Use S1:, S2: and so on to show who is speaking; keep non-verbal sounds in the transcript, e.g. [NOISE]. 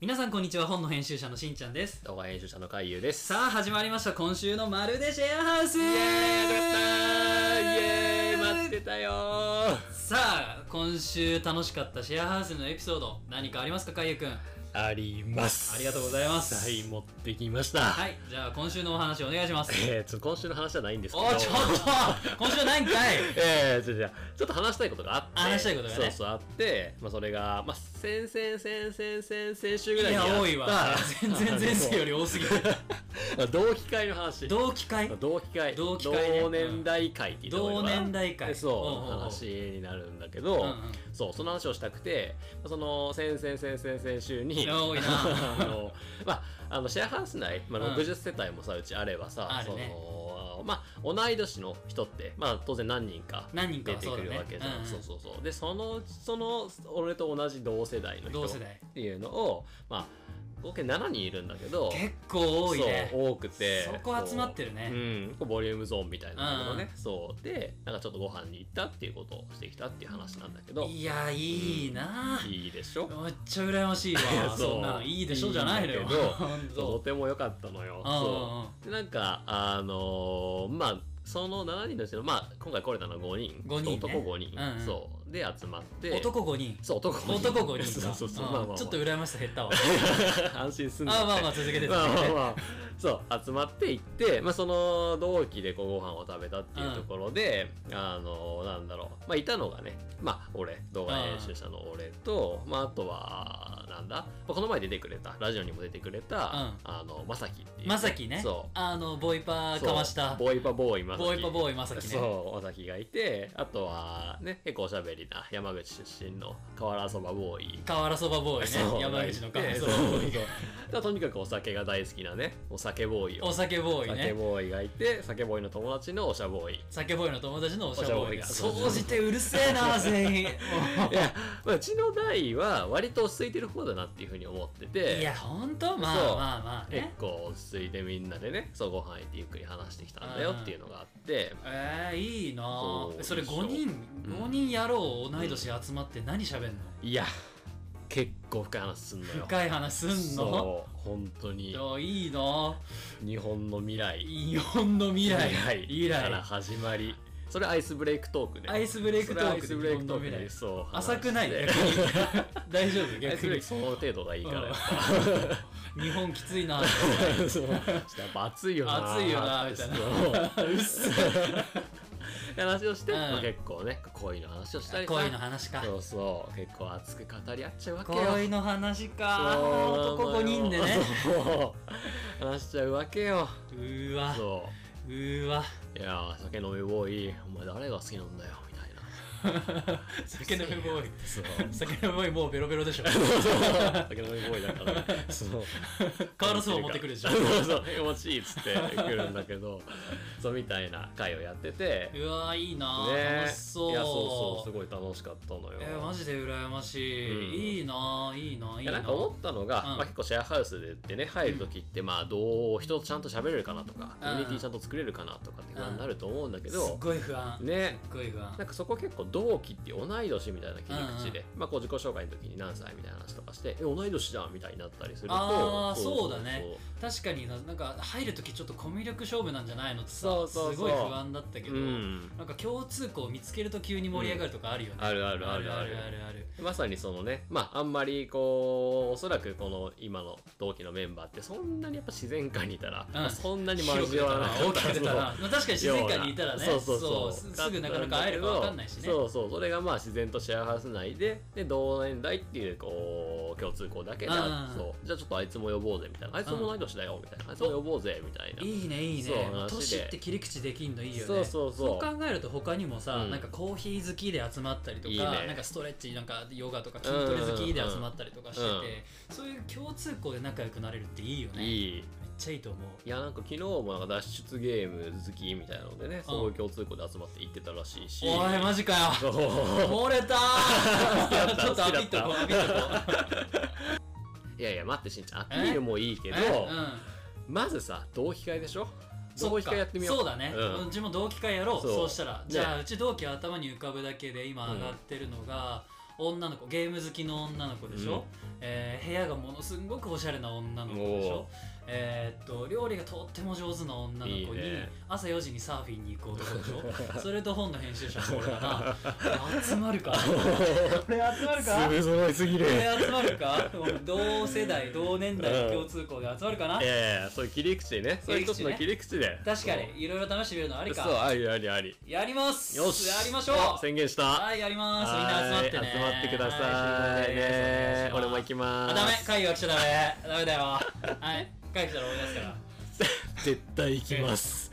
S1: 皆さんこんにちは本の編集者のしんちゃんです
S2: 動画編集者の海優です。
S1: さあ始まりました今週の「まるでシェアハウス」
S2: イエーイ待ってたよー
S1: さあ今週楽しかったシェアハウスのエピソード何かありますかかゆくん
S2: あります
S1: ありがとうございます
S2: はい、持ってきました。。
S1: はいいじゃあ今週のお話お願いします
S2: えー、ちょっと今週の話じゃないんですけど。
S1: おーちょっと今週はないんかい
S2: [LAUGHS] えー、ちょじゃあちょっと話したいことがあって。
S1: 話したいことがね
S2: そうそうあって、まあそれが、まあ、先々先々先々週ぐらい
S1: い
S2: に
S1: や
S2: やった。
S1: 多いわ全然前世より多す
S2: [LAUGHS]
S1: ぎる
S2: あの同期会の話。
S1: 同期会
S2: 同期会
S1: 同期会ね
S2: 同年代会っていうのかな
S1: 同年代会
S2: そう
S1: おうおうおう
S2: 話になるんだけど、
S1: うんうん
S2: そうその話をしたくてその先々先々先々週に
S1: 多いな
S2: [LAUGHS] あのまああのシェアハウス内、ま
S1: うん
S2: あ、60世帯もさうちあればさ、
S1: あるね
S2: そのまあ同い年の人ってまあ当然何人か
S1: 何人か
S2: 出
S1: はそう
S2: てく
S1: だ
S2: る
S1: ね
S2: わけじゃん、
S1: うんうん
S2: そうそうそうでそのその俺と同じ同世代の人
S1: 同
S2: っ
S1: 世代
S2: ていうのをまあ合計7人いるんだけど
S1: 結構多いね
S2: そう多くて
S1: そこ集まってるね
S2: うんこうボリュームゾーンみたいなのね、
S1: う
S2: そうでなんかちょっとご飯に行ったっていうことをしてきたっていう話なんだけどい
S1: いやいいなあ
S2: いでしょ
S1: めっちゃ羨ましいわ
S2: [LAUGHS] そう
S1: そんなのいいでしょじゃないのよ
S2: いいんだけど
S1: [LAUGHS] 本
S2: そうと
S1: 当
S2: ても良かったのよ
S1: うん
S2: そうでなんかあのーまあその7人のうちの、まあ、今回来れたのは5人
S1: 五人ね
S2: 男5人、
S1: うんうん
S2: そうで集まって
S1: 男5人
S2: そう男5人
S1: 男5人
S2: [LAUGHS] そう
S1: か
S2: そうそう、
S1: うん
S2: まあまあまあ
S1: ちょっと羨ましさ減ったわ
S2: [LAUGHS] 安心すんな
S1: あまあまあ続けて続
S2: まあま
S1: け
S2: あ
S1: て [LAUGHS]
S2: まあそう集まって行って、まあ、その同期でこうご飯を食べたっていうところで、あのなんだろう、まあ、いたのがね、まあ、俺動画編集者の俺と、まあ、あとはなんだ、まあこの前出てくれたラジオにも出てくれた、
S1: ん
S2: あのまさきっていう
S1: まさきね
S2: そう
S1: あのボイパーかました
S2: そうボイパボーイまさき
S1: ボイパボーイまさきね
S2: そうまさきがいてあとはね結構おしゃべりな山口出身の河原そばボーイ
S1: 瓦そばボーイ
S2: そう
S1: ね山口の瓦そ
S2: そう
S1: ばボ
S2: そう
S1: ーイ
S2: だからとにかくお酒が大好きなねお酒ボーイを
S1: [LAUGHS] お酒ボーイ
S2: 酒
S1: ね
S2: ボーイがいて酒ボーイの友達のおし
S1: [LAUGHS]
S2: ゃボーイ
S1: 酒ボーイの友達のおしゃボーイが
S2: おしゃボーイが
S1: 総じてうるせえな
S2: [LAUGHS]
S1: 全員
S2: いや、まあ、うちの代は割と落ち着いてる方だなっていうふうに思ってて
S1: いや本当ま
S2: そ
S1: あまあ
S2: う
S1: まあ
S2: 結
S1: ね
S2: 構落ち着いてみんなでねそうご飯行ってゆっくり話してきたんだよっていうのがあって
S1: えー、いいなあ
S2: そう
S1: それ
S2: いいっしょ
S1: 5人5人やろう同い年集まって何しゃべんの、
S2: いや結構深い話すんのよ
S1: 深い話すんの
S2: そう本当
S1: い
S2: に
S1: やいいなあ
S2: 日本の未来
S1: 日本の未来
S2: 未
S1: 以
S2: 来から
S1: 来
S2: 始まりそれアイスブレイクトークね
S1: アイスブレイクトー
S2: アイ
S1: クで
S2: ス
S1: 日
S2: ブレイ
S1: 本
S2: ク
S1: の
S2: トー
S1: 未
S2: クで
S1: 来
S2: そう
S1: 浅くない
S2: ね
S1: 逆に [LAUGHS] 大丈夫
S2: [LAUGHS] アイス
S1: 逆
S2: ブレイ
S1: に
S2: クその程度がいいからやっ
S1: 日本きついなあ
S2: ぱそうやっぱ暑いよな
S1: 暑いよなみたいな
S2: そう
S1: うっす
S2: 話をして、
S1: うん
S2: まあ、結構ね恋の話をしたりさ
S1: 恋の話か
S2: そうそう結構熱く語り合っちゃうわけよ
S1: 恋の話か
S2: そう
S1: 男5人でね
S2: そう話しちゃうわけよ
S1: うーわ
S2: そう
S1: ーわ
S2: ういやー酒飲みボーイお前誰が好きなんだよみたいな
S1: [LAUGHS] 酒飲みボーイ
S2: そう
S1: 酒飲みボーイもうベロベロでし
S2: [LAUGHS]
S1: ょ
S2: 酒飲みボーイだからそう
S1: 瓦そば持ってくるでしょ
S2: そうそう気持ちいいっつって来るんだ
S1: [LAUGHS]
S2: けどそうみたいな会をやってて
S1: うわいいなあ、
S2: ね
S1: 楽しそう
S2: いやそうそうすごい楽しかったのよ
S1: えーマジで羨ましい、
S2: うん
S1: いいなあいいなあい
S2: い
S1: い
S2: や
S1: な
S2: な
S1: あ
S2: んか思ったのが、
S1: うん
S2: まあ、結構シェアハウスでってね入る時ってまあどう人とちゃんと喋れるかなとかコミュニティちゃんと作れるかなとかって不安になると思うんだけ
S1: すっ
S2: ど、
S1: ごい不安、
S2: ね
S1: すっごい不安
S2: なんかそこ結構同期って同い年みたいな切り口で、まあ、こう自己紹介の時に何歳みたいな話とかしてえ同い年じゃんみたいになったりすると
S1: あーそうだね確かにななんか入る時ちょっとコミュ力勝負なんじゃないのってさ
S2: そうそうそう
S1: すごい不安だったけど、
S2: うん
S1: なんか共通項を見つけると急に盛り上がるとかあるよね、
S2: あるあるあるある
S1: あるある
S2: まさにそのね、まあ、あんまりこう、おそらくこの今の同期のメンバーって、そんなにやっぱ自然界にいたら、まあそんなに
S1: 広く
S2: 交
S1: 出
S2: わ
S1: た
S2: らな
S1: な
S2: か
S1: 大
S2: った
S1: きく出たな、まあ、確かに自然界にいたらね
S2: そうそうそう
S1: すすぐなかなか会えるか分かんないしね
S2: そうそうそれがまあ自然とシェアハウス内でで同年代っていうこう共通項だけ
S1: うんうんう
S2: だ
S1: ん
S2: そうじゃあちょっとあいつも呼ぼうぜみたいなあいつも同い年だよみたいなあいつも呼ぼうぜみたいない
S1: いねいい
S2: そう
S1: ね
S2: 話で
S1: 年って切り口できんのいいよね
S2: そうそうそう
S1: そう考えると他にもさ、
S2: うん
S1: なんかコーヒー好きで集まったりとか
S2: いいね
S1: なんかストレッチなんかヨガとか筋トレ好きで集まったりとかしてて、
S2: うんうんうん
S1: そういう共通項で仲良くなれるっていいよね
S2: いい
S1: めっちゃいいと思う
S2: いやなんか昨日もなんか脱出ゲーム好きみたいなのでねすご
S1: うん
S2: い共通項で集まって行ってたらしいし
S1: おいマジかよ
S2: そう
S1: 漏れた
S2: だっ [LAUGHS]
S1: ー
S2: た
S1: ちょっとアピっとこうアピっとこう
S2: いやいや待ってしんちゃんアピールもいいけど、
S1: えうん
S2: まずさ同期会でしょ
S1: そ
S2: 同
S1: っ
S2: 期
S1: か
S2: 会やってみよう
S1: そうだね、うんん、うちも同期会やろうそ
S2: そうう
S1: したら
S2: ね
S1: じゃあうち同期は頭に浮かぶだけで今上がってるのが、女の子ゲーム好きの女の子でしょ、え部屋がものすんごくおしゃれな女の子でしょえーっと料理がとっても上手な女の子に
S2: いいね
S1: 朝4時にサーフィンに行こうとかでし
S2: [LAUGHS]
S1: ょそれと本の編集者の俺がな集まるかこれ集まるかこ
S2: 粒揃いすぎる
S1: れ集まるか同世代同年代の共通項で集まるかな
S2: ええそういう切り口でねそういう一つの切り口で
S1: 確かにいろいろ試してみるのあり
S2: そうそう
S1: か
S2: ありありあり
S1: やります
S2: よし
S1: やりましょう
S2: あ宣言した
S1: はいやりますみんな集まってね
S2: はい集まってくださいね俺も行きま
S1: あ
S2: す
S1: ダメ会議は来ちゃダメダメだよはい会議来たら思い出すから
S2: 絶対行きます